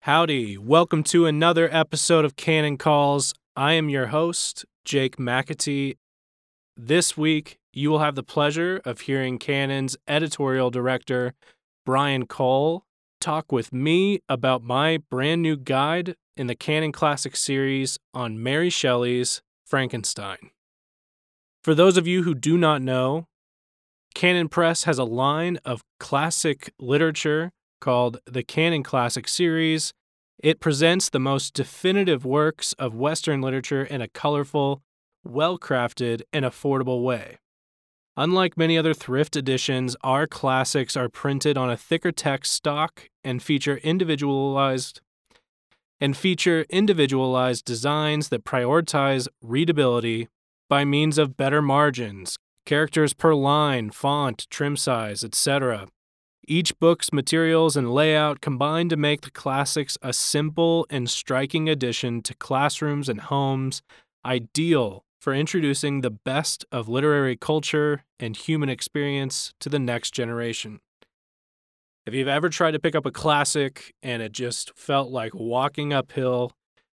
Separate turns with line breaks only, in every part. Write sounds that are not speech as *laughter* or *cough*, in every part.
Howdy. Welcome to another episode of Cannon Calls. I am your host, Jake McAtee. This week, you will have the pleasure of hearing Cannon's editorial director, Brian Cole, talk with me about my brand new guide in the Canon Classic series on Mary Shelley's Frankenstein. For those of you who do not know, Canon Press has a line of classic literature called the Canon Classic series. It presents the most definitive works of Western literature in a colorful, well crafted, and affordable way. Unlike many other thrift editions, our classics are printed on a thicker text stock and feature individualized and feature individualized designs that prioritize readability by means of better margins, characters per line, font, trim size, etc. Each book's materials and layout combine to make the classics a simple and striking addition to classrooms and homes, ideal for introducing the best of literary culture and human experience to the next generation. If you've ever tried to pick up a classic and it just felt like walking uphill,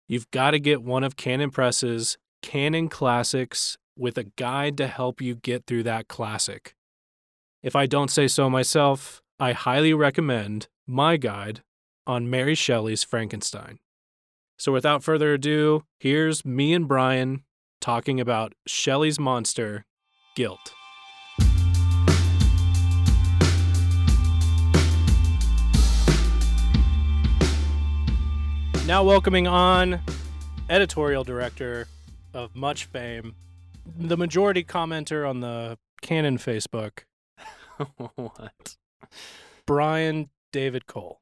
you've got to get one of Canon Press's Canon Classics with a guide to help you get through that classic. If I don't say so myself, I highly recommend my guide on Mary Shelley's Frankenstein. So without further ado, here's me and Brian talking about Shelley's monster, guilt. Now, welcoming on editorial director of much fame, the majority commenter on the Canon Facebook,
*laughs* what?
Brian David Cole.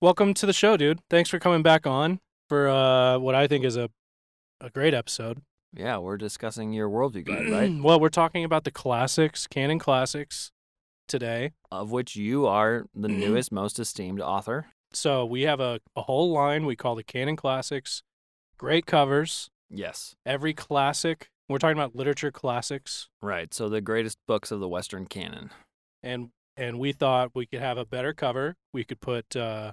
Welcome to the show, dude. Thanks for coming back on for uh, what I think is a, a great episode.
Yeah, we're discussing your worldview
*clears throat*
guide, *clears throat* right?
well, we're talking about the classics, canon classics today.
of which you are the newest, most esteemed author.
So we have a, a whole line we call the canon classics. Great covers.
Yes.
Every classic. We're talking about literature classics.
Right. So the greatest books of the Western canon. *laughs*
And and we thought we could have a better cover. We could put uh,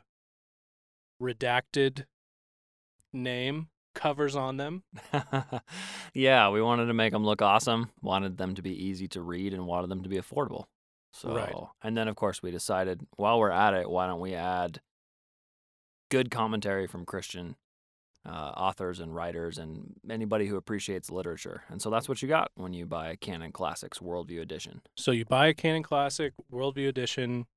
redacted name covers on them.
yeah, we wanted to make them look awesome, wanted them to be easy to read, and wanted them to be affordable. So,
Right.
and then of course we decided while we're at it, why don't we add good commentary from Christian uh, authors and writers and anybody who appreciates literature. And so that's what you got when you buy Canon Classics Worldview Edition.
So you buy a Canon Classic Worldview Edition,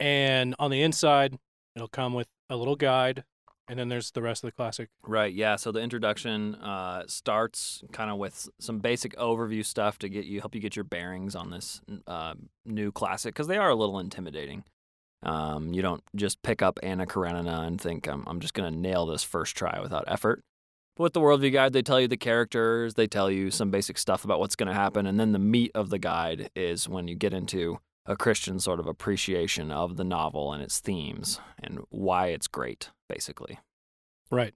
and on the inside, it'll come with a little guide, and then there's the rest of the classic.
Right. Yeah. So the introduction uh, starts kind of with s- some basic overview stuff to get you help you get your bearings on this n- uh, new classic because they are a little intimidating. Um, you don't just pick up Anna Karenina and think I'm I'm just gonna nail this first try without effort. But with the worldview guide, they tell you the characters, they tell you some basic stuff about what's gonna happen, and then the meat of the guide is when you get into a Christian sort of appreciation of the novel and its themes and why it's great, basically.
Right.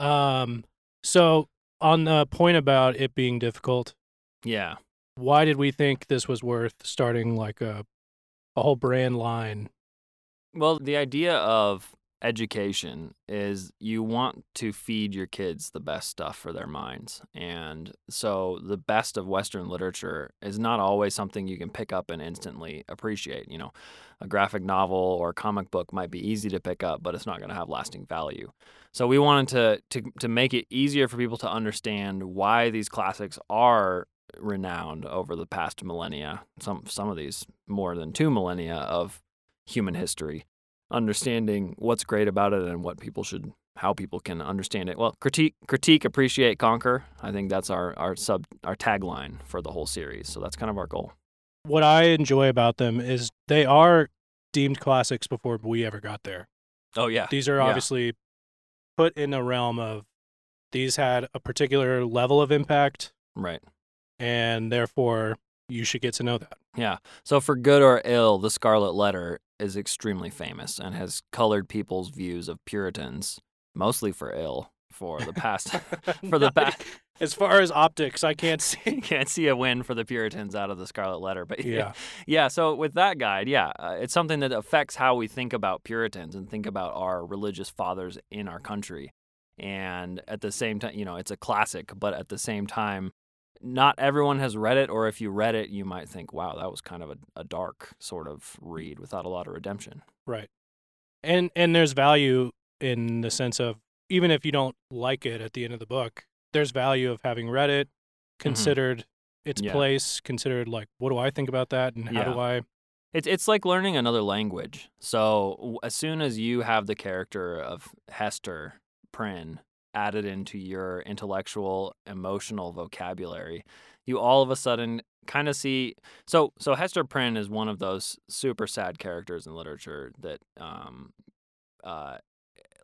Um. So on the point about it being difficult,
Yeah.
why did we think this was worth starting like a a whole brand line?
Well, the idea of education is you want to feed your kids the best stuff for their minds. And so the best of Western literature is not always something you can pick up and instantly appreciate. You know, a graphic novel or a comic book might be easy to pick up, but it's not going to have lasting value. So we wanted to, to to make it easier for people to understand why these classics are renowned over the past millennia. Some some of these more than two millennia of human history, understanding what's great about it and what people should how people can understand it. Well, critique critique, appreciate, conquer. I think that's our our sub our tagline for the whole series. So that's kind of our goal.
What I enjoy about them is they are deemed classics before we ever got there.
Oh yeah.
These are
Yeah.
obviously put in the realm of these had a particular level of impact
Right.
and therefore you should get to know
*laughs*
that.
Yeah. So for good or ill, the Scarlet Letter is extremely famous and has colored
*laughs*
*laughs* people's views of Puritans, mostly for ill, for the past for the
Not-
past
As far as optics, I can't see.
Can't see a win for the Puritans out of the Scarlet Letter, but *laughs* yeah. So with that guide, yeah, uh, it's something that affects how we think about Puritans and think about our religious fathers in our country. And at the same time, you know, it's a classic, but at the same time, not everyone has read it. Or if you read it, you might think, wow, that was kind of a, a dark sort of read without a lot of redemption.
Right. And and there's value in the sense of even if you don't like it at the end of the book, there's value of having read it, considered its
Mm-hmm. Yeah.
place, considered like what do I think about that and how
Yeah.
do I
It's it's like learning another language. So w- as soon as you have the character of Hester Prynne added into your intellectual, emotional vocabulary, you all of a sudden kind of see. So so Hester Prynne is one of those super sad characters in literature that um, uh,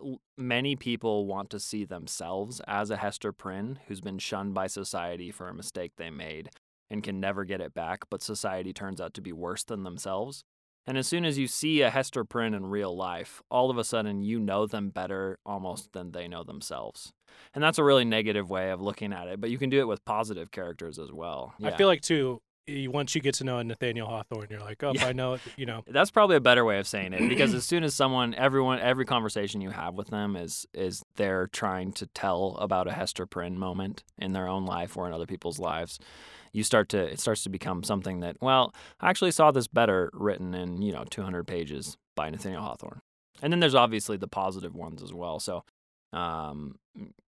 l- many people want to see themselves as a Hester Prynne who's been shunned by society for a mistake they made and can never get it back, but society turns out to be worse than themselves. And as soon as you see a Hester Prynne in real life, all of a sudden you know them better almost than they know themselves. And that's a really negative way of looking at it, but you can do it with positive characters as well.
I feel like too y- once you get to know Nathaniel Hawthorne, you're like, oh,
Yeah.
I know, it, you know,
That's probably a better way of saying it because as soon as someone, everyone, every conversation you have with them is is they're trying to tell about a Hester Prynne moment in their own life or in other people's lives. You start to it starts to become something that well, I actually saw this better written in you know 200 pages by Nathaniel Hawthorne, and then there's obviously the positive ones as well. So. Um,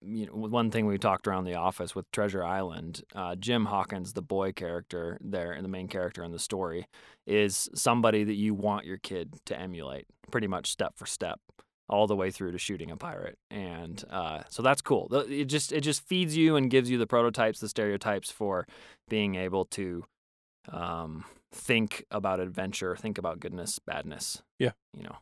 you know, one thing we talked around the office with Treasure Island, uh, Jim Hawkins, the boy character there, the main character in the story, is somebody that you want your kid to emulate, pretty much step for step, all the way through to shooting a pirate. And uh, so that's cool. Th- It just it just feeds you and gives you the prototypes, the stereotypes for being able to um, think about adventure, think about goodness, badness.
Yeah.
you know.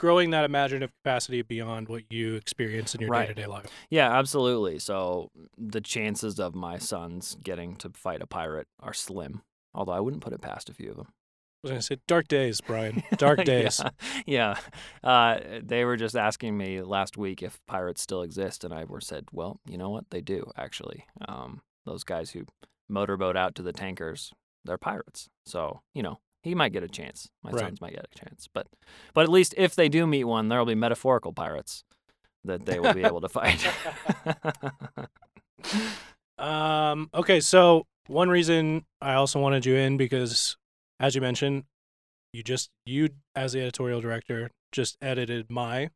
growing that imaginative capacity beyond what you experience in your
Right.
day-to-day life.
Yeah, absolutely. So the chances of my sons getting to fight a pirate are slim. Although I wouldn't put it past a few of them.
I was gonna say dark days,
*laughs*
Brian. *laughs* Dark days.
yeah. yeah. Uh, they were just asking me last week if pirates still exist, and I were said, well, you know what? They do, actually. Um, those guys who motorboat out to the tankers, they're pirates. So, you know, he might get a chance. My
Right.
sons might get a chance. But, but at least if they do meet one, there will be metaphorical pirates that they will be able
*laughs*
to fight. *laughs*
Um, okay, so one reason I also wanted you in because as you mentioned, you just you as the editorial director just edited my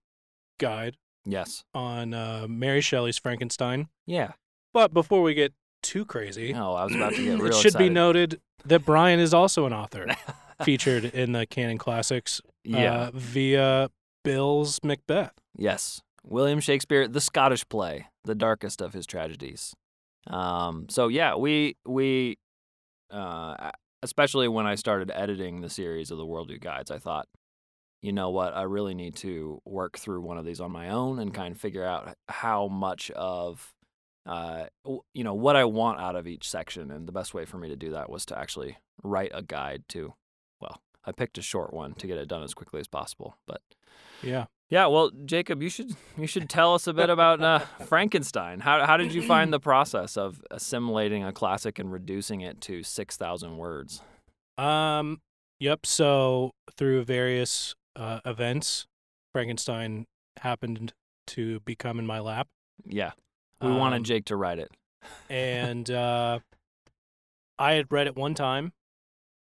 guide
yes.
on uh, Mary Shelley's Frankenstein.
Yeah.
But before we get too crazy,
Oh, I was about
*clears throat*
to get real
it should be
excited. *laughs*
noted that Brian is also an author featured in the Canon Classics
Yeah.
uh, via Bill's Macbeth.
Yes. William Shakespeare, the Scottish play, the darkest of his tragedies. Um, so yeah, we we uh, especially when I started editing the series of the World Who Guides, I thought, you know what, I really need to work through one of these on my own and kind of figure out how much of uh, w- you know what I want out of each section, and the best way for me to do that was to actually write a guide to. Well, I picked a short one to get it done as quickly as possible, but
Yeah.
yeah, well, Jacob, you should *laughs* you should tell us a bit about uh, Frankenstein. How how did you find the process of assimilating a classic and reducing it to six thousand words?
Um. Yep. So through various uh, events, Frankenstein happened to become in my lap,
Yeah, we wanted
Um,
*laughs* Jake to write it.
and uh, I had read it one time,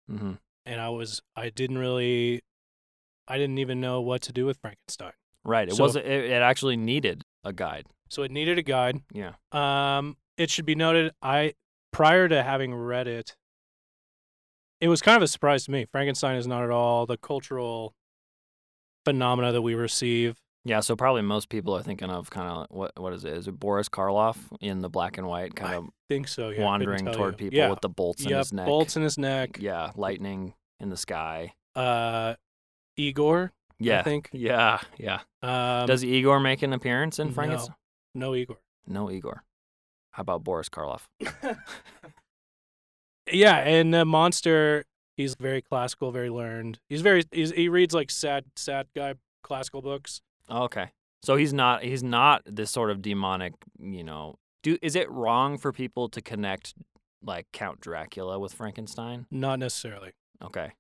hmm
and I was I didn't really, I didn't even know what to do with Frankenstein.
Right. It
So-
wasn't. It, it actually needed a guide.
So it needed a guide.
Yeah.
Um. It should be noted, I prior to having read it, it was kind of a surprise to me. Frankenstein is not at all the cultural phenomena that we receive
Yeah. So probably most people are thinking of kind of what what is it? Is it Boris Karloff in the black and white, kind
I
of
think so. Oh, Yeah, couldn't
wandering
tell
toward
you.
people
yeah.
with the bolts in
Yep,
his neck?
Bolts in his neck.
Yeah, lightning in the sky.
Uh, Igor.
Yeah.
I think.
Yeah. Yeah.
Um,
Does Igor make an appearance in
no.
Frankenstein?
no
*laughs*
Igor?
No Igor. How about Boris Karloff?
Yeah, and the monster. He's very classical, very learned. He's very. He's, he reads like sad, sad guy classical books.
Okay. So he's not he's not this sort of demonic, you know, do is it wrong for people to connect like Count Dracula with Frankenstein?
Not necessarily.
Okay.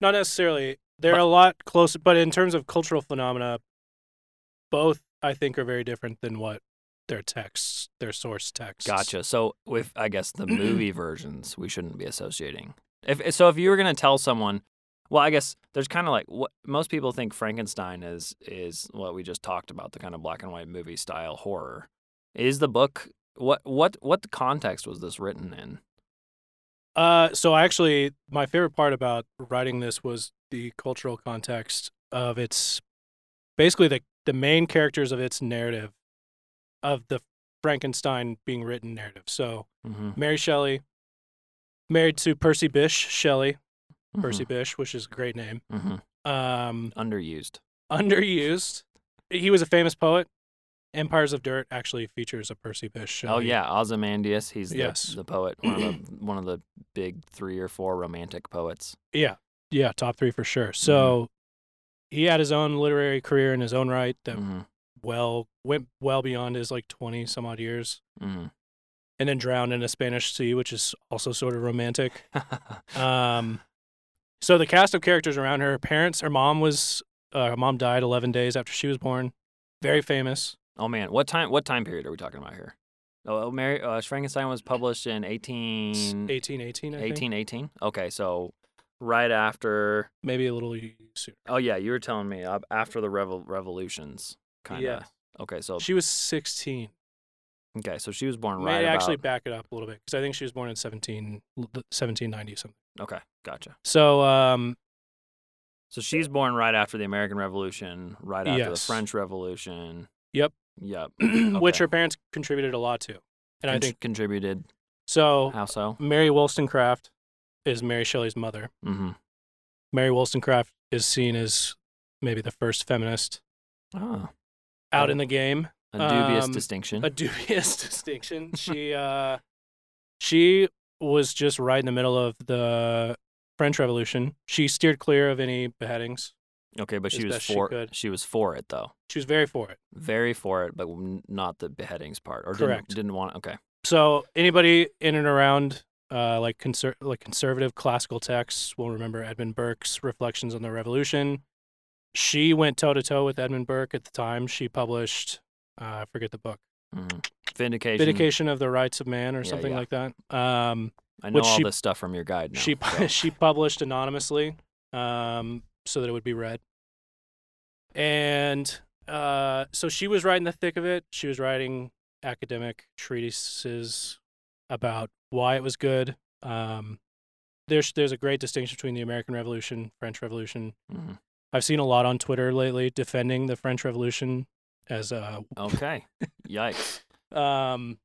Not necessarily. They're a lot closer, but in terms of cultural phenomena, both I think are very different than what their texts, their source texts.
Gotcha. So with I guess the movie versions we shouldn't be associating. If so if you were going to tell someone well, I guess there's kind of like what most people think Frankenstein is is what we just talked about, the kind of black and white movie style horror. Is the book what what what context was this written in?
Uh, so actually, my favorite part about writing this was the cultural context of its, basically the the main characters of its narrative, of the Frankenstein being written narrative. So
Mm-hmm.
Mary Shelley, married to Percy Bysshe Shelley,
Mm-hmm.
Percy Bysshe, which is a great name.
hmm
Um,
Underused.
underused. He was a famous poet. Empires of Dirt actually features a Percy Bysshe Shelley.
Oh yeah, Ozymandias. He's the,
Yes.
the poet, one of the, one of the big three or four romantic poets.
Yeah. Yeah, top three for
Mm-hmm.
sure. So he had his own literary career in his own right that
Mhm,
well went well beyond his like twenty some odd years.
mhm.
And then drowned in a Spanish sea, which is also sort of romantic.
mm-hmm.
Um so the cast of characters around her, her parents, her mom was uh, her mom died eleven days after she was born. Very famous.
*laughs* oh man, what time? What time period are we talking about here? Oh, Mary uh, Frankenstein was published in 18,
Eighteen eighteen, I think.
1818. Okay, so right after.
Maybe a little sooner.
Oh yeah, you were telling me uh, after the revol- revolutions, kind of. Okay, so
She was sixteen.
okay, so she was born
May
right
I actually
about.
back it up a little bit because I think she was born in 17, 1790 something.
Okay, gotcha.
So, um, *clears throat*
So she's born right after the American Revolution, right after the
Yes.
French Revolution.
Yep.
Yep.
which
Okay.
her parents contributed a lot to. And I
Contr-
think Oh.
contributed.
so.
How so?
Mary Wollstonecraft is Mary Shelley's mother.
Mm-hmm.
Mary Wollstonecraft is seen as maybe the first feminist
Oh,
out
Oh.
in the game.
a dubious
Um,
distinction.
A dubious *laughs*
*laughs*
distinction. She uh, she was just right in the middle of the French Revolution. She steered clear of any beheadings.
okay, but she
as
was
best she
for
could.
she was for it though,
She was very for it.
very for it, but n- not the beheadings part, or
Correct.
didn't didn't want. Okay,
so anybody in and around uh, like conser- like conservative classical texts will remember Edmund Burke's Reflections on the Revolution. She went toe to toe with Edmund Burke at the time. She published, uh, I forget the book,
Mhm. vindication.
Vindication of the Rights of Man or
Yeah,
something
yeah.
like that. Um,
I know
which
all
she-
this stuff from your guide. Now,
she *laughs*
so.
she published anonymously, um, so that it would be read. And uh, so she was right in the thick of it. She was writing academic treatises about why it was good. Um, there's there's a great distinction between the American Revolution, French Revolution.
Mhm.
I've seen a lot on Twitter lately defending the French Revolution as a
Okay, yikes.
um,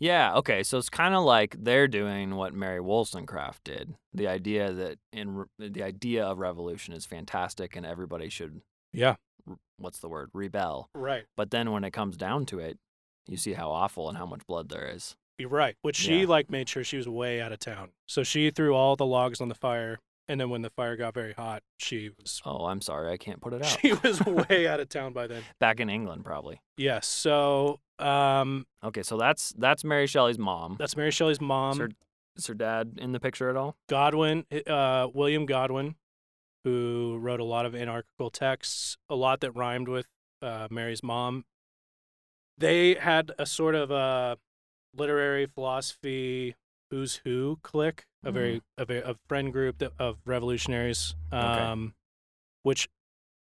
Yeah, okay. So it's kind of like they're doing what Mary Wollstonecraft did. The idea that in re- the idea of revolution is fantastic and everybody should
Yeah.
r- what's the word? rebel.
right.
But then when it comes down to it, you see how awful and how much blood there is.
You're right. Which she
Yeah.
like made sure she was way out of town. So she threw all the logs on the fire, and then when the fire got very hot, she was
Oh, I'm sorry. I can't put it
*laughs*
out.
she was way out of town by then.
Back in England probably.
Yes. So um,
Okay, so that's that's Mary Shelley's mom.
that's Mary Shelley's mom,
Is her, is her dad in the picture at all?
Godwin, uh, William Godwin, who wrote a lot of anarchical texts, a lot that rhymed with uh, Mary's mom. They had a sort of a literary philosophy who's who clique, a
Mm.
very a, very, a friend group that, of revolutionaries, um, which,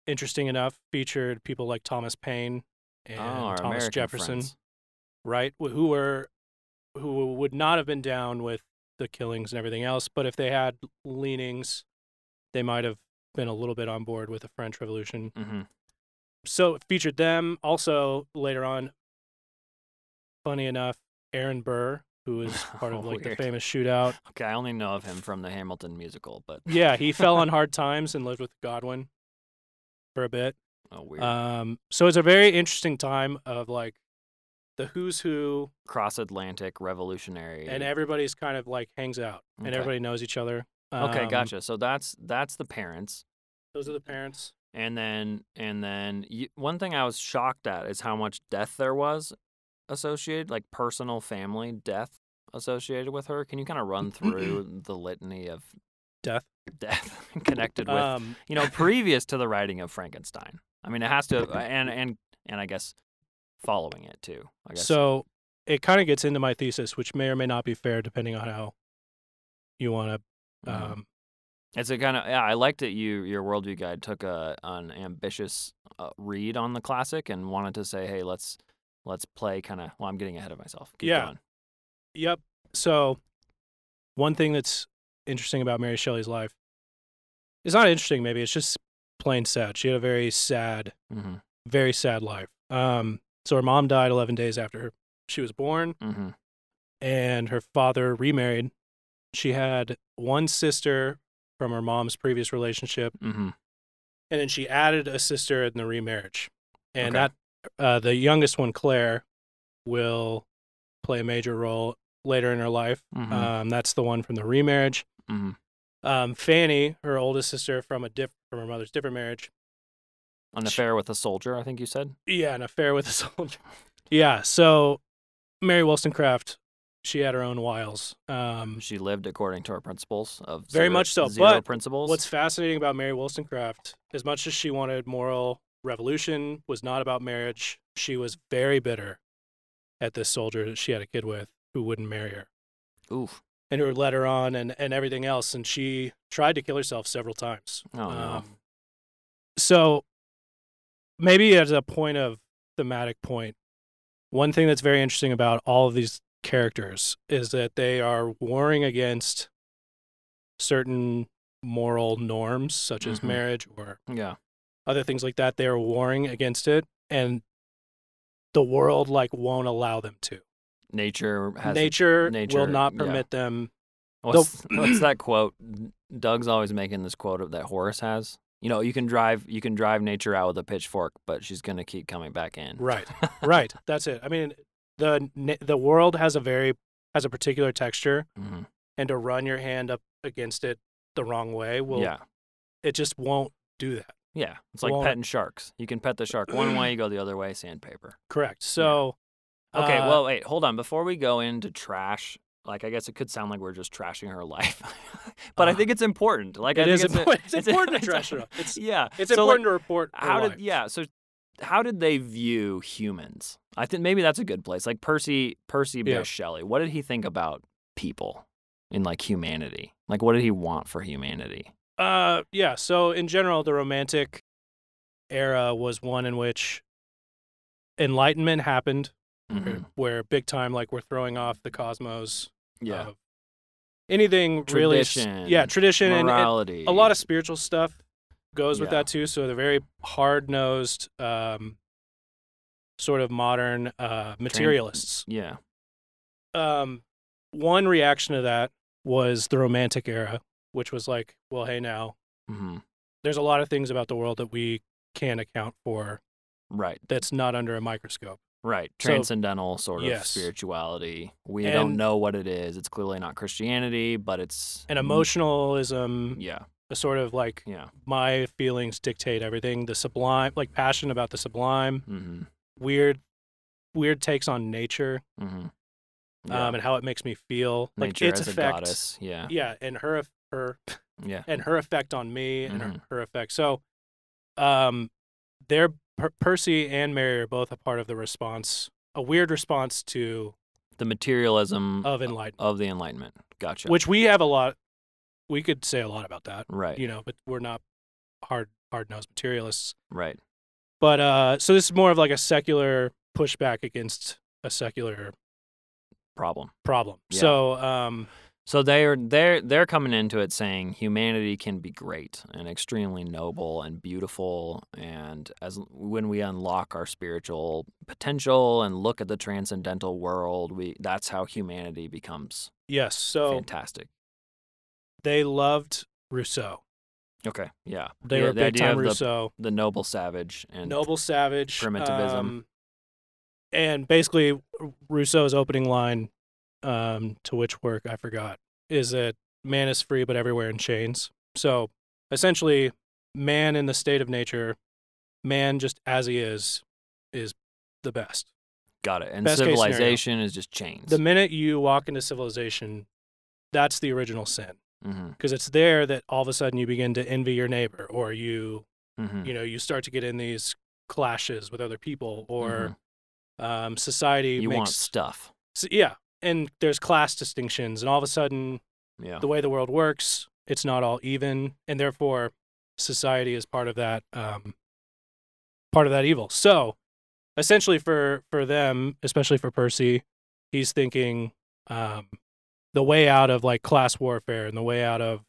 interesting enough, featured people like Thomas Paine and
oh, our
Thomas
American
Jefferson
friends.
right? wh- Who were who would not have been down with the killings and everything else, but if they had leanings, they might have been a little bit on board with the French Revolution.
Mhm.
So it featured them. Also later on, funny enough, Aaron Burr, who
*laughs*
was part of like
Weird.
the famous shootout.
Okay, I only know of him from the Hamilton musical, but
Yeah, he
*laughs*
fell on hard times and lived with Godwin for a bit.
oh weird.
Um, so it's a very interesting time of like the who's who
Cross Atlantic revolutionary.
and everybody's kind of like hangs out and
Okay.
everybody knows each other.
Okay,
Um,
gotcha. So that's that's the parents,
Those are the parents.
and then and then you, one thing I was shocked at is how much death there was associated, like personal family death associated with her? Can you kind
*clears throat*
of run through the litany of *laughs*
Death.
death *laughs* connected with,
Um, *laughs*
you know, previous to the writing of Frankenstein? I mean, it has
*clears throat*
to, and and and I guess following it too. I guess
so it kind of gets into my thesis, which may or may not be fair depending on how you want to.
Mhm.
Um,
It's a kind of yeah. I liked that you your worldview guide took a an ambitious uh, read on the classic and wanted to say, hey, let's let's play kind of. Well, I'm getting ahead of myself. Keep
Yeah.
going.
Yep. So, one thing that's interesting about Mary Shelley's life it's not interesting, maybe. It's just plain sad. She had a very sad,
Mm-hmm.
very sad life. Um, so, her mom died 11 days after her- she was born,
Mm-hmm.
and her father remarried. She had one sister from her mom's previous relationship,
Mm-hmm.
and then she added a sister in the remarriage. And
Okay.
that uh, the youngest one, Claire, will play a major role later in her life.
Mm-hmm.
Um, that's the one from the remarriage.
mm-hmm.
Um, Fanny, her oldest sister from a diff- from her mother's different marriage.
An affair with a soldier, I think you said.
Yeah, an affair with a *laughs* soldier. yeah, so Mary Wollstonecraft, she had her own wiles. Um,
She lived according to her principles of
Very
zero-
much so,
Zero
but
principles.
what's fascinating about Mary Wollstonecraft, as much as she wanted moral revolution, was not about marriage. She was very bitter at this soldier that she had a kid with who wouldn't marry her
oof?
and who led her on and, and everything else. And she tried to kill herself several times.
Oh no.
Um, so maybe as a point of thematic point, one thing that's very interesting about all of these characters is that they are warring against certain moral norms such as
Mhm.
marriage or
Yeah.
other things like that. They are warring against it and the world like won't allow them to.
Nature has
nature,
nature-
will not
yeah.
permit
*laughs*
them.
What's,
*clears throat*
what's that quote? Doug's always making this quote of that Horace has. You know, you can drive you can drive nature out with a pitchfork, but she's gonna keep coming back in. *laughs*
Right. right. That's it. I mean the na- the world has a very has a particular texture
hmm
and to run your hand up against it the wrong way will
yeah.
it just won't do that
Yeah. It's like
Well-
petting sharks. You can pet the shark one way, you go the other way, sandpaper.
correct so
Okay,
uh,
well, wait, hold on. Before we go into trash, like I guess it could sound like we're just trashing her *laughs* life, but I
Uh,
think it's important. Like I
it
think
is
it's a-
important it's,
*laughs* it's a-
important to
it's a-
trash it up it's,
yeah,
it's
So, like,
important to report her
how
life.
did yeah so how did they view humans i think maybe that's a good place like percy percy
Yeah.
bysshe shelley what did he think about people in like humanity like what did he want for humanity
uh yeah so in general the romantic era was one in which enlightenment happened
Mhm.
*clears throat* where big time like we're throwing off the cosmos
yeah
of anything really s-
Tradition,
yeah tradition Uh, and- and
morality
a lot of spiritual stuff goes with
Yeah.
that too. So they're very hard nosed, um, sort of modern uh, materialists.
yeah
Um, one reaction to that was the Romantic era, which was like, well, hey, now
hmm
there's a lot of things about the world that we can't account for
right
that's not under a microscope.
right
So-
transcendental sort of
Yes.
spirituality we don't
And-
know what it is it's clearly not christianity but it's
And emotionalism,
Mm-hmm. yeah
a sort of like
yeah
my feelings dictate everything. The sublime, like passion about the sublime,
hmm
weird, weird takes on nature.
hmm
um, and how it makes me feel, like
nature
its
as a
effect.
goddess yeah
Yeah, and her eff- her
yeah
and her effect on me and
Mm-hmm.
her, her effect. So, um, they're per- Percy and Mary are both a part of the response, a weird response to
the materialism
of enlightenment,
of the Enlightenment. Gotcha.
which we have a lot. We could say a lot about that,
right,
you know, but we're not hard hard nosed materialists.
right.
But uh, so this is more of like a secular pushback against a secular
Problem.
problem.
Yeah.
So, um,
So they are they're they're coming into it saying humanity can be great and extremely noble and beautiful and as when we unlock our spiritual potential and look at the transcendental world, we that's how humanity becomes
yes, so
fantastic.
they loved Rousseau.
Okay. Yeah.
They
yeah,
were
the
big
idea
time
of the,
Rousseau,
the noble savage and
noble savage,
primitivism.
um, and basically, Rousseau's opening line um, to which work I forgot is that man is free but everywhere in chains. So essentially, man in the state of nature, man just as he is, is the best.
Got it. And
Best case scenario.
civilization is just chains.
The minute you walk into civilization, that's the original sin
hmm
because it's there that all of a sudden you begin to envy your neighbor or you
hmm
you know you start to get in these clashes with other people or um, society
Mm-hmm. You
makes
want stuff.
s- yeah and there's class distinctions and all of a sudden
Yeah.
the way the world works it's not all even and therefore society is part of that um, part of that evil so essentially for for them especially for percy he's thinking um, the way out of like class warfare and the way out of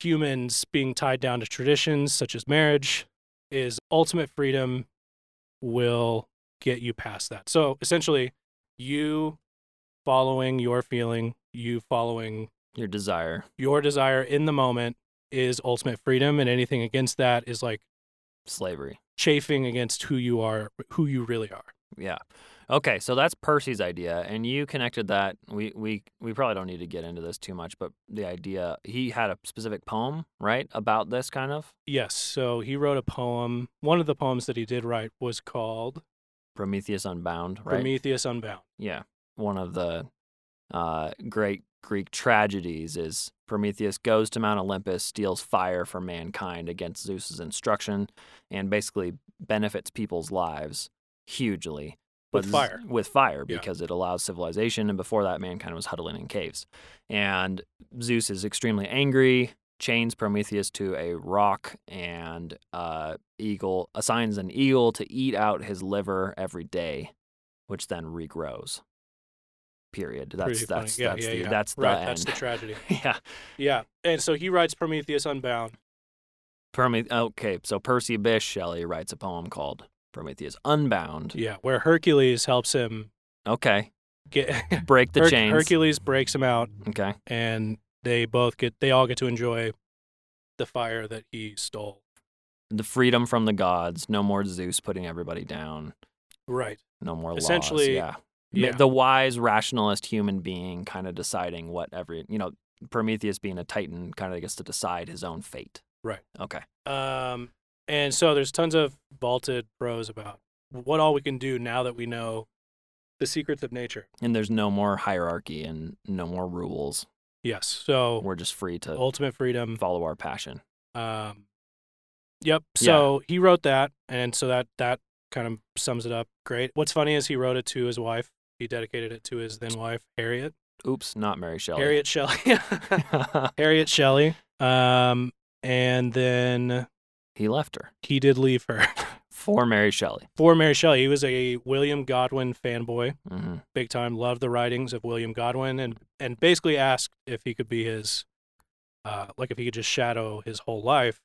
humans being tied down to traditions such as marriage is ultimate freedom will get you past that so essentially you following your feeling you following
Your desire.
your desire in the moment is ultimate freedom and anything against that is like
Slavery.
chafing against who you are who you really are
Yeah. Okay, so that's Percy's idea, and you connected that. We we we probably don't need to get into this too much, but the idea he had a specific poem, right, about this kind of
yes so he wrote a poem one of the poems that he did write was called
Prometheus Unbound, right?
prometheus unbound
yeah, one of the uh, great Greek tragedies is Prometheus goes to Mount Olympus, steals fire from mankind against Zeus's instruction, and basically benefits people's lives hugely.
With
But z-
fire.
With fire,
Yeah.
because it allows civilization. And before that, mankind was huddling in caves. And Zeus is extremely angry, chains Prometheus to a rock, and uh, eagle assigns an eagle to eat out his liver every day, which then regrows. Period. That's
Pretty funny.
that's
yeah,
that's
yeah,
the
yeah.
that's the
right,
end. *laughs*
that's the tragedy
yeah.
yeah and so he writes prometheus unbound
Promethe- okay, so Percy Bysshe Shelley writes a poem called Prometheus Unbound.
yeah where hercules helps him
Okay.
get
Break *laughs* the
Her-
chains.
hercules breaks him out
Okay.
and they both get they all get to enjoy the fire that he stole
The freedom from the gods, no more Zeus putting everybody down,
right
no more
Essentially,
laws. Yeah. Ma- The wise rationalist human being kind of deciding what every, you know, Prometheus being a titan kind of gets to decide his own fate.
Right.
Okay.
Um, and so there's tons of vaulted prose about what all we can do now that we know the secrets of nature.
And there's no more hierarchy and no more rules.
Yes. So
We're just free to
ultimate freedom.
follow our passion.
Um, yep.
Yeah.
So he wrote that, and so that that kind of sums it up. Great. What's funny is he wrote it to his wife. He dedicated it to his then wife, Harriet.
Oops, not Mary Shelley.
Harriet Shelley. *laughs* Harriet *laughs* Shelley. Um, and then
*laughs* he left her
he did leave her *laughs*
for Mary Shelley.
for Mary Shelley. He was a William Godwin fanboy.
hmm
big time loved the writings of William Godwin and and basically asked if he could be his uh, like if he could just shadow his whole life.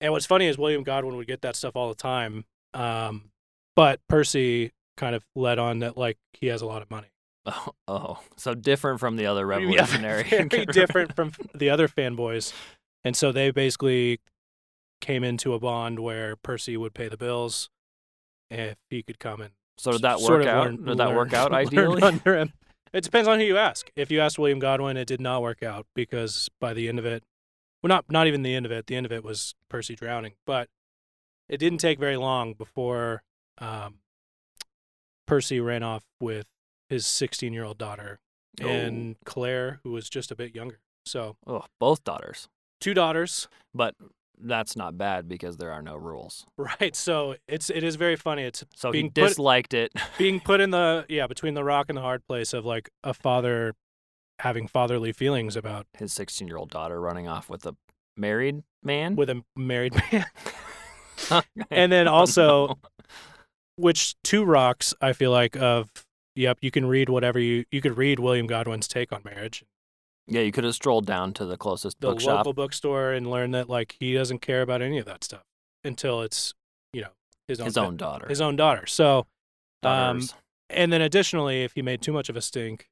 And what's funny is William Godwin would get that stuff all the time, um, but Percy kind of led on that like he has a lot of money.
Oh, oh, so different from the
*laughs*
other
Yeah,
revolutionary.
very
*laughs*
different from the other fanboys, and so they basically came into a bond where Percy would pay the bills if he could come and
So did that work
sort of
out?
learn-
did that work
learn- *laughs*
out
learn
ideally?
under him. It depends on who you ask. If you asked William Godwin, it did not work out because by the end of it, well, not not even the end of it. The end of it was Percy drowning, but it didn't take very long before um, Percy ran off with his 16 year old daughter
Oh.
and Claire, who was just a bit younger. So
Oh, both daughters,
two daughters, *laughs*
but that's not bad because there are no rules.
right? So it's it is very funny. It's
So he
Being put-
disliked it. *laughs*
being put in the yeah between the rock and the hard place of like a father having fatherly feelings about
His 16-year-old daughter running off with a married man. *laughs*
with a married *laughs* man *laughs* and then also which two rocks i feel like of yep you can read whatever you you could read william godwin's take on marriage
yeah, you could have strolled down to the closest
the
bookshop.
local bookstore and learn that like he doesn't care about any of that stuff until it's you know his own
his
fa-
own daughter.
his own daughter so um, *laughs*
Daughters.
and then additionally if he made too much of a stink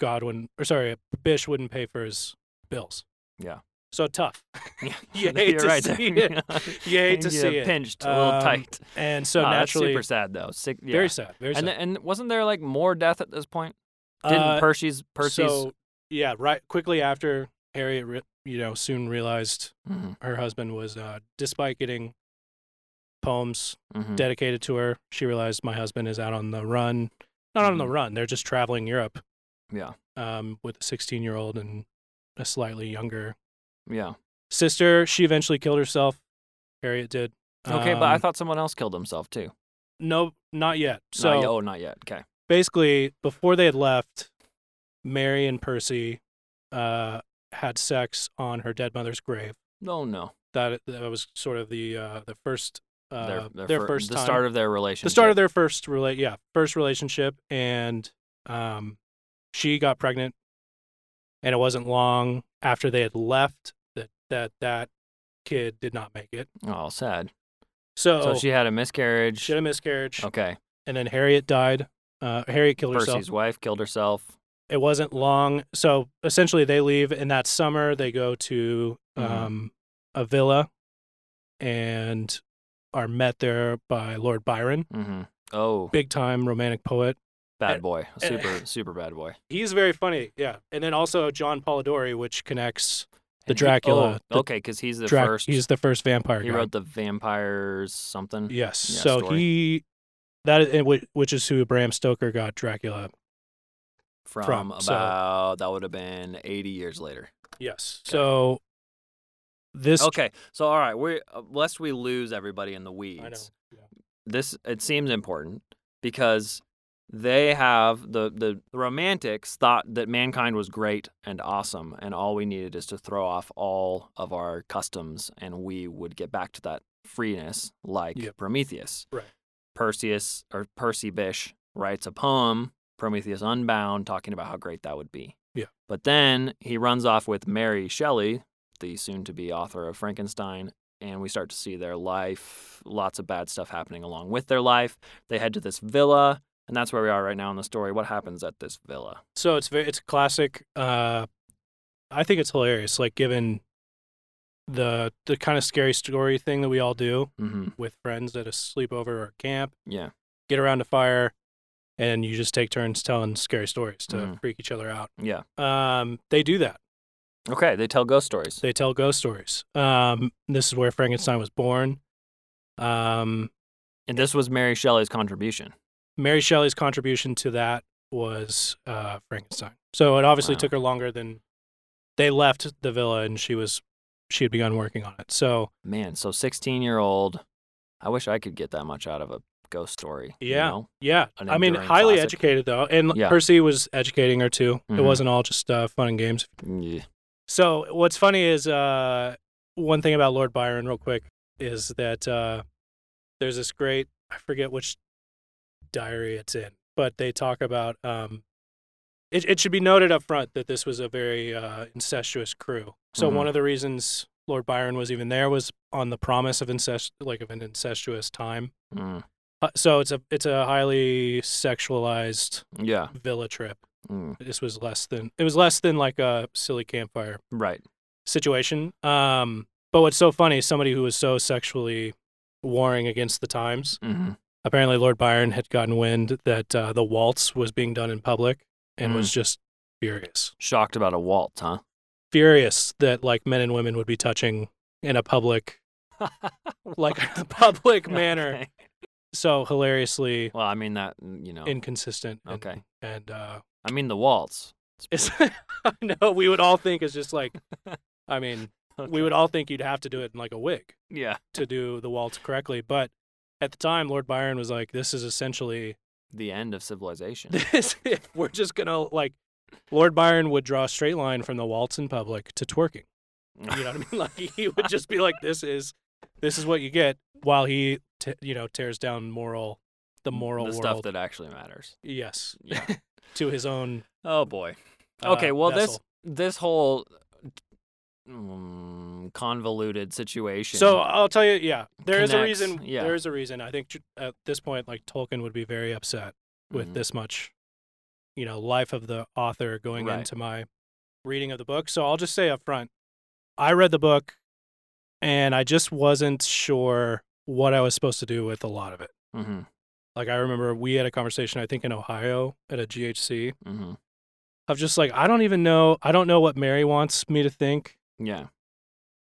godwin or sorry bish wouldn't pay for his bills
Yeah.
so tough you
*laughs* You're
hate to
right *laughs*
see
there.
it. You hate to
*laughs* Yeah,
see it.
Pinched a little
Um,
tight.
And so
Ah, that's
naturally,
super sad though. Sick. Yeah.
very sad. Very
and
sad.
and wasn't there like more death at this point? Didn't
Uh,
Percy's Percy's?
so yeah, right. Quickly after Harriet, re- you know, soon realized
Mhm.
her husband was, uh, despite getting poems
Mhm.
dedicated to her. She realized my husband is out on the run. Not on
Mm-hmm.
the run, they're just traveling Europe
Yeah.
um, with a 16 year old and a slightly younger
Yeah.
sister. She eventually killed herself. Harriet did.
Okay, but I
Um,
thought someone else killed himself too.
no, not yet. So
So not yet. oh, not yet. Okay.
basically, before they had left, Mary and Percy uh, had sex on her dead mother's grave.
No, no.
That that was sort of the uh, the first uh,
Their,
their,
their fir-
first
the
time,
start of their relationship.
the start of their first rela- yeah first relationship, and um, she got pregnant, and it wasn't long after they had left that that that kid did not make it.
Oh, sad.
So,
So she had a miscarriage.
Oh. she had a miscarriage,
okay.
and then Harriet died. Uh, Harriet killed
Oh. Percy's
herself.
wife killed herself.
it wasn't long. So essentially, they leave in that summer. They go to
Mhm.
um, a villa and are met there by Lord Byron,
hmm Oh,
big time romantic poet.
bad
and-
boy.
and-
Super, super bad boy.
He's very funny, yeah. And then also John Polidori, which connects the
And he-
Dracula,
oh,
the
okay, because he's the
Drac-
first.
He's the first vampire.
he
guy.
wrote the vampires something.
yes.
yeah,
so
story.
he that is, and whi- which is who Bram Stoker got Dracula.
from,
From, so-
about that would have been 80 years later.
Yes. So this
Okay, so all right, we uh, lest we lose everybody in the weeds.
I know. yeah.
This it seems important because they have the the romantics thought that mankind was great and awesome and all we needed is to throw off all of our customs and we would get back to that freeness like
Yep.
Prometheus.
Right.
Perseus or Percy Bysshe writes a poem Prometheus Unbound talking about how great that would be.
Yeah.
But then he runs off with Mary Shelley, the soon to be author of Frankenstein, and we start to see their life, lots of bad stuff happening along with their life. They head to this villa, and that's where we are right now in the story. What happens at this villa?
So it's very it's a classic. Uh, I think it's hilarious. Like given the the kind of scary story thing that we all do
Mm-hmm.
with friends at a sleepover or a camp,
Yeah.
get around a fire, and you just take turns telling scary stories to
Mhm.
freak each other out.
Yeah.
Um, they do that.
Okay, they tell ghost stories.
They tell ghost stories. Um, this is where Frankenstein was born. Um,
And this was Mary Shelley's contribution.
Mary Shelley's contribution to that was uh, Frankenstein. So it obviously
Wow.
took her longer than they left the villa, and she was she had begun working on it. So
Man, so 16 year old, I wish I could get that much out of a ghost story. you
Yeah.
know?
yeah,
An
I mean,
enduring
highly
classic.
educated though, and
Yeah.
Percy was educating her too. It
Mhm.
wasn't all just uh, fun and games.
Yeah.
So what's funny is uh, one thing about Lord Byron, real quick, is that uh, there's this great I forget which diary it's in, but they talk about. Um, it, it should be noted up front that this was a very uh, incestuous crew. So
Mhm.
one of the reasons Lord Byron was even there was on the promise of incest, like of an incestuous time.
Mm.
Uh, so it's a it's a highly sexualized
Yeah.
villa trip.
Mm.
This was less than it was less than like a silly campfire
Right.
situation. Um, but what's so funny is somebody who was so sexually warring against the times.
hmm
Apparently, Lord Byron had gotten wind that uh, the waltz was being done in public and
Mm.
was just furious.
Shocked about a waltz, huh?
Furious that like men and women would be touching in a
*laughs*
public, like a public manner.
Okay.
So hilariously
Well, I mean that you know.
inconsistent. and-
Okay.
And, uh,
I mean the waltz.
it's, *laughs* I know we would all think it's just like, I mean,
*laughs*
we would all think you'd have to do it in like a wig.
Yeah.
to do the waltz correctly. But at the time, Lord Byron was like, "This is essentially *laughs*
The end of civilization.
this. We're just gonna like." Lord Byron would draw a straight line from the waltz in public to twerking. *laughs* You know what I mean? *laughs* Like he would just be like, "This is, this is what you get," while he, t- you know, tears down moral, the moral
the
world.
stuff that actually matters.
*laughs* yes,
Yeah.
to his own.
oh boy.
uh,
Okay. Well,
vessel.
this this whole mm, convoluted situation.
So I'll tell you, yeah, there is
Connects,
a reason.
yeah.
There is a reason. I think tr- at this point, like Tolkien would be very upset with
Mhm.
this much, you know, life of the author going
Right.
into my reading of the book. So I'll just say up front, I read the book, and I just wasn't sure what I was supposed to do with a lot of it.
Mhm,
Like I remember we had a conversation, I think in Ohio at a GHC,
mhm.
of just like I don't even know, I don't know what Mary wants me to think.
Yeah.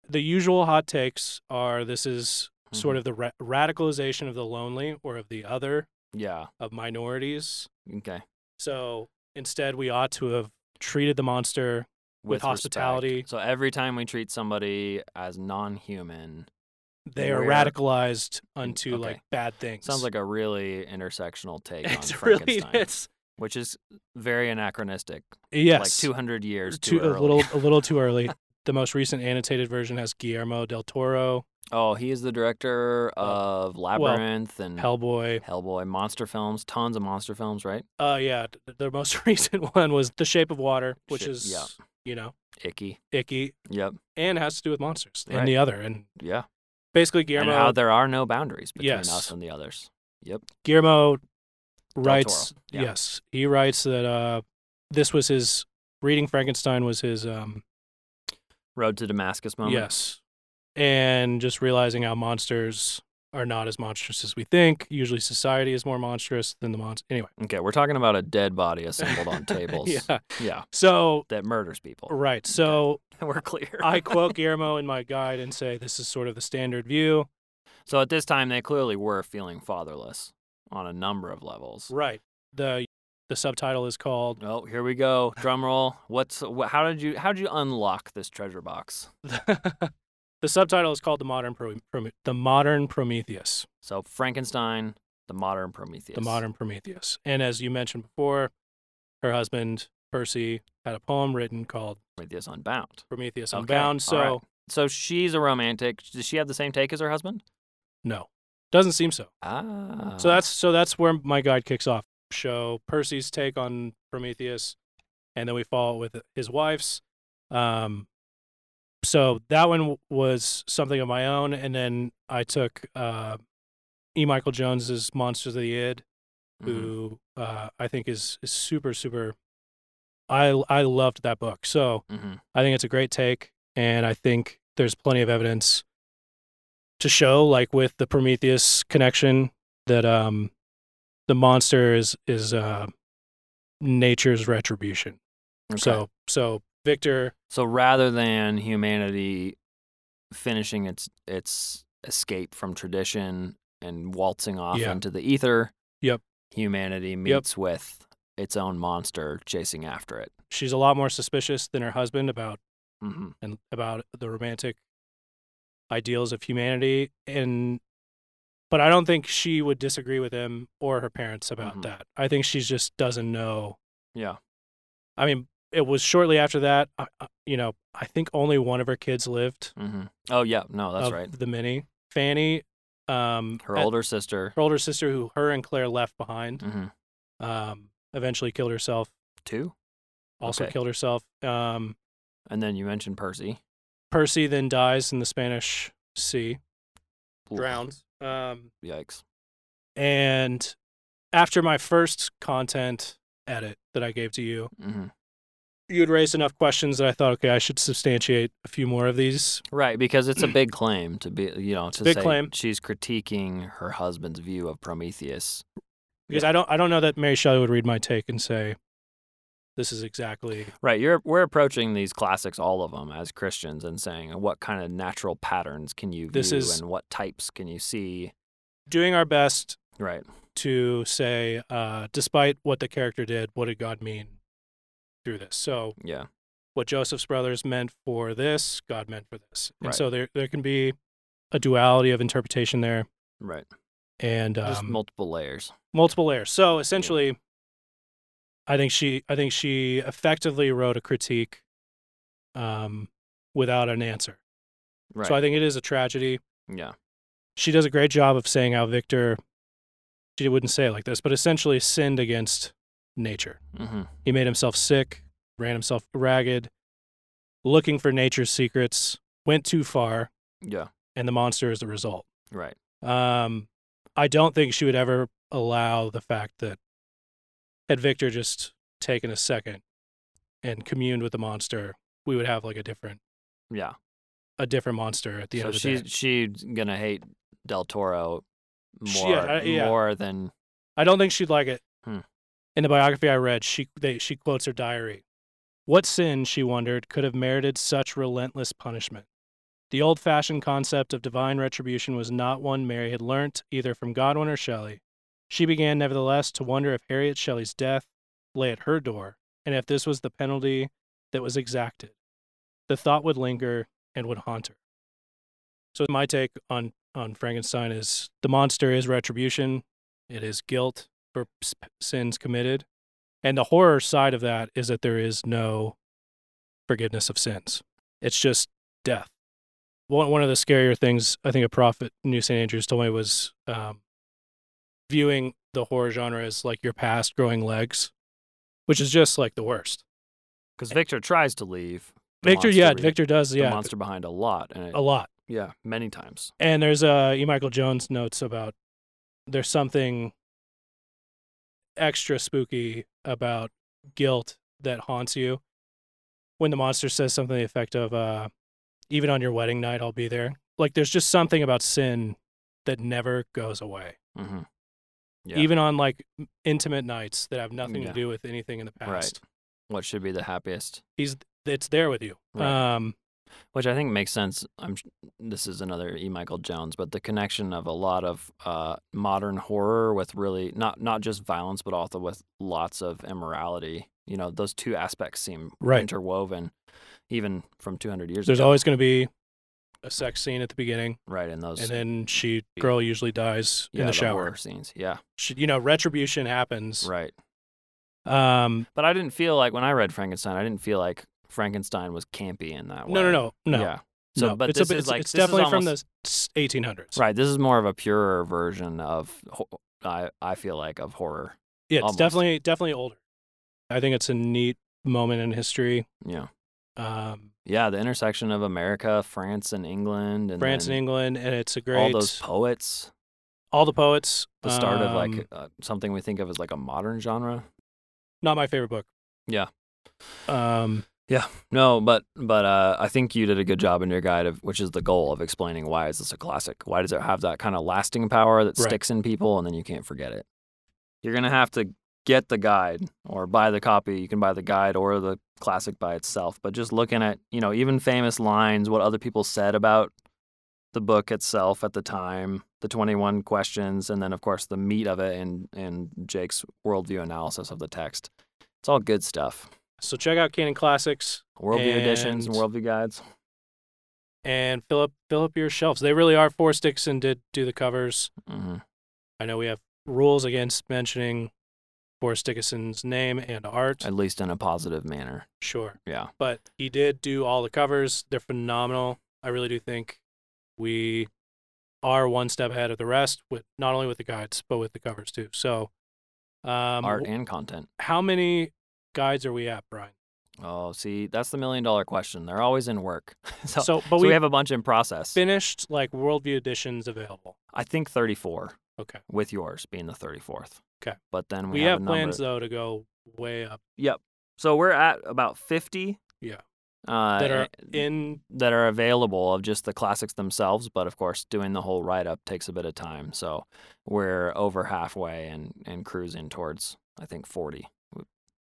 The usual hot takes are this is
mm-hmm.
sort of the ra- radicalization of the lonely or of the other
Yeah.
of minorities.
Okay.
So instead, we ought to have treated the monster With
respect.
hospitality.
So every time we treat somebody as non-human,
they are
Where-
radicalized unto
Mm, okay.
like bad things.
sounds like a really intersectional take on
*laughs* it's really
Frankenstein,
it's
which is very anachronistic.
yes,
Like 200 years
Too-
too, early.
a little a little too
*laughs*
early. the most recent annotated version has Guillermo del Toro,
Oh, he is the director of Labyrinth and
Hellboy.
Hellboy, monster films, tons of monster films, right?
Uh, yeah, th- the most *laughs* recent one was The Shape of Water, which
Shit,
is
yeah.
you know
Icky.
icky
Yep.
and has to do with monsters
Right.
and the other and
Yeah.
basically
and
Guillermo
how there are no boundaries between
Yes.
us and the others. Yep.
Guillermo writes
yeah.
yes he writes that uh this was his reading Frankenstein was his um
Road to Damascus moment.
yes and just realizing how monsters are not as monstrous as we think usually society is more monstrous than the monster anyway
Okay, we're talking about a dead body
*laughs*
assembled on tables.
yeah
Yeah,
so
That murders people.
right so
*laughs* We're clear.
I quote Guillermo in my guide and say this is sort of the standard view
so at this time, they clearly were feeling fatherless on a number of levels.
right the the subtitle is called *laughs*
Oh, here we go. Drum roll. What's wh- how did you how did you unlock this treasure box?
the subtitle is called the modern Pro- Prome- the modern Prometheus,
So Frankenstein, the modern Prometheus.
the modern Prometheus. And as you mentioned before, her husband Percy had a poem written called
Prometheus Unbound.
Prometheus
Okay,
Unbound.
all
So
right. So she's a romantic. Does she have the same take as her husband?
no, doesn't seem so.
Ah.
so that's so that's where my guide kicks off. Show Percy's take on Prometheus, and then we follow it with his wife's. Um, so that one w- was something of my own, and then I took uh, E. Michael Jones's Monsters of the Id,
Mhm.
who uh, I think is, is super super. I I loved that book, so
Mhm.
I think it's a great take, and I think there's plenty of evidence to show, like with the Prometheus connection, that um, the monster is is uh, nature's retribution.
Okay.
So so Victor,
So rather than humanity finishing its its escape from tradition and waltzing off
Yeah.
into the ether,
Yep.
humanity meets with its own monster chasing after it.
she's a lot more suspicious than her husband about
hmm
and about the romantic ideals of humanity and but I don't think she would disagree with him or her parents about
Mhm.
that. I think she just doesn't know.
Yeah.
I mean, it was shortly after that, I, I- you know, I think only one of her kids lived
hmm Oh yeah, no, that's
of
right.
the mini. Fanny um
Her
at-
older sister,
her older sister who her and Claire left behind
hmm
um eventually killed herself,
two,
also
Okay.
killed herself. Um
and then you mentioned Percy.
Percy then dies in the Spanish Sea, Um
Yikes.
And after my first content edit that I gave to you,
hmm
you had raised enough questions that I thought, okay, I should substantiate a few more of these.
Right, because it's a big claim to be, you know, to
big
say
claim.
she's critiquing her husband's view of Prometheus.
Because I don't I don't know that Mary Shelley would read my take and say, This is exactly
Right, you're we're approaching these classics, all of them, as Christians, and saying what kind of natural patterns can you view
This is-
and what types can you see?
doing our best
Right,
to say, uh, despite what the character did, what did God mean through this? So
yeah,
what Joseph's brothers meant for this, God meant for this. And
Right.
so there there can be a duality of interpretation there.
right,
And um,
just multiple layers.
multiple layers. So essentially, I think she I think she effectively wrote a critique, um, without an answer.
Right,
So I think it is a tragedy.
yeah,
She does a great job of saying how Victor, she wouldn't say it like this, but essentially sinned against nature.
hmm
He made himself sick, ran himself ragged, looking for nature's secrets, went too far,
yeah,
and the monster is the result.
right,
Um, I don't think she would ever allow the fact that had Victor just taken a second and communed with the monster, we would have like a different
yeah.
a different monster at the
so
end of the
she's
day.
she's gonna hate Del Toro
She-
more
yeah, I- yeah.
more than
I don't think she'd like it.
Hmm.
In the biography I read, she they, she quotes her diary. What sin, she wondered, could have merited such relentless punishment? The old fashioned concept of divine retribution was not one Mary had learnt either from Godwin or Shelley. She began, nevertheless, to wonder if Harriet Shelley's death lay at her door, and if this was the penalty that was exacted. The thought would linger and would haunt her. So my take on, on Frankenstein is the monster is retribution. It is guilt for s- sins committed. And the horror side of that is that there is no forgiveness of sins. It's just death. One, one of the scarier things I think a prophet New St. Andrews told me was um, viewing the horror genre as like your past growing legs, which is just like the worst.
Because Victor tries to leave. the
Victor,
monster
yeah,
re-
Victor does,
the
yeah, Oh.
monster behind a lot, and it,
a lot.
yeah, many times.
And there's uh, E. Michael Jones notes about there's something extra spooky about guilt that haunts you. When the monster says something to the effect of, uh, even on your wedding night, I'll be there. Like there's just something about sin that never goes away.
hmm Yeah.
Even on like intimate nights that have nothing
Yeah.
to do with anything in the past.
Right. What should be the happiest?
He's it's there with you.
Right.
Um
Which I think makes sense. I'm sh- this is another E. Michael Jones, but the connection of a lot of uh, modern horror with really not not just violence, but also with lots of immorality. You know, those two aspects seem
Right.
interwoven, even from 200 years
there's
ago.
always going to be a sex scene at the beginning
right in those
and then she girl usually dies
yeah,
in the shower.
horror scenes. Yeah,
She, you know, retribution happens.
right.
Um
But I didn't feel like when I read Frankenstein, I didn't feel like Frankenstein was campy in that way.
no no no no.
Yeah. So,
no.
but
it's, a
this
bit-
is
it's,
like
it's
this is
definitely from
almost-
the s- 1800s.
Right. This is more of a purer version of ho- I I feel like of horror.
Yeah, it's
Almost.
definitely definitely older. I think it's a neat moment in history.
Yeah.
Um,
Yeah, the intersection of America, France and England and
France and
then
England, and it's a great
all those poets.
all the poets.
The start of like
um,
uh, something we think of as like a modern genre.
not my favorite book.
Yeah.
Um,
No, but but uh, I think you did a good job in your guide of which is the goal of explaining why is this a classic? Why does it have that kind of lasting power that
Right.
sticks in people and then you can't forget it? You're gonna have to get the guide or buy the copy. You can buy the guide or the classic by itself. But just looking at you know even famous lines, what other people said about the book itself at the time, the 21 questions, and then of course the meat of it and and Jake's worldview analysis of the text. It's all good stuff.
so check out Canon Classics
Worldview editions and
And-
worldview guides.
and fill up fill up your shelves. They really are four sticks and did do the covers.
hmm
I know we have rules against mentioning Boris Dickinson's name and art.
At least in a positive manner.
sure.
Yeah.
But he did do all the covers. They're phenomenal. I really do think we are one step ahead of the rest with not only with the guides, but with the covers too. So um
Art
w-
and content.
how many guides are we at, Brian?
Oh, see, that's the million dollar question. They're always in work. *laughs* so, so,
So but
we
we
have a bunch in process.
finished like worldview editions available.
I think 34,
Okay.
with yours being the 34th.
'Kay.
But then we,
We,
have,
have,
a number-
plans uh though to go way up
Yep. So we're at about 50.
Yeah.
Uh,
that are
and-
in
that are available of just the classics themselves, but of course, doing the whole write up takes a bit of time. So we're over halfway and, and cruising towards, I think, 40.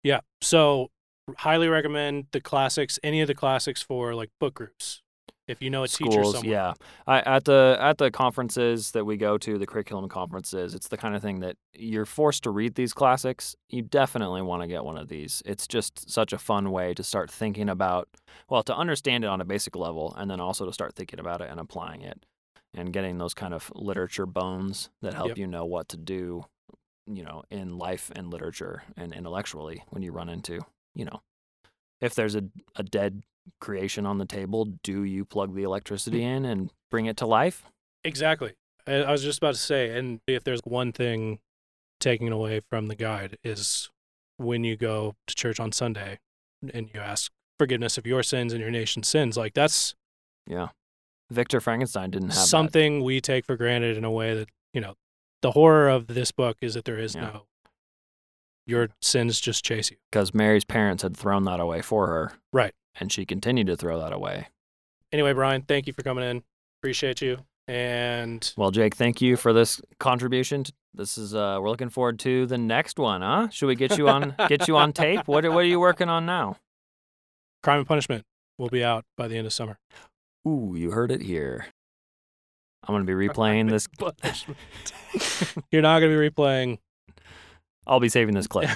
Yeah. So highly recommend the classics, any of the classics for like book groups. If you know a teacher
schools,
somewhere.
Yeah, I, at the at the conferences that we go to, the curriculum conferences, it's the kind of thing that you're forced to read these classics. You definitely want to get one of these. It's just such a fun way to start thinking about, well, to understand it on a basic level, and then also to start thinking about it and applying it, and getting those kind of literature bones that help
Yep.
you know what to do, you know, in life and literature and intellectually when you run into, you know. If there's a, a dead creation on the table, do you plug the electricity
Mm.
in and bring it to life?
Exactly. I I was just about to say, and if there's one thing taken away from the guide is when you go to church on Sunday and you ask forgiveness of your sins and your nation's sins, like that's
Victor Frankenstein didn't have that.
something we take for granted in a way that, you know, the horror of this book is that there is
Yeah.
no your sins just chase you.
because Mary's parents had thrown that away for her.
Right.
And she continued to throw that away.
Anyway, Brian, thank you for coming in. Appreciate you. And
Well, Jake, thank you for this contribution. t- This is uh we're looking forward to the next one, huh? Should we get you
*laughs*
on get you on tape? What are- what are you working on now?
Crime and Punishment will be out by the end of summer.
Ooh, you heard it here. I'm
*laughs*
going to be replaying this.
You're not going to be replaying.
I'll be saving this clip.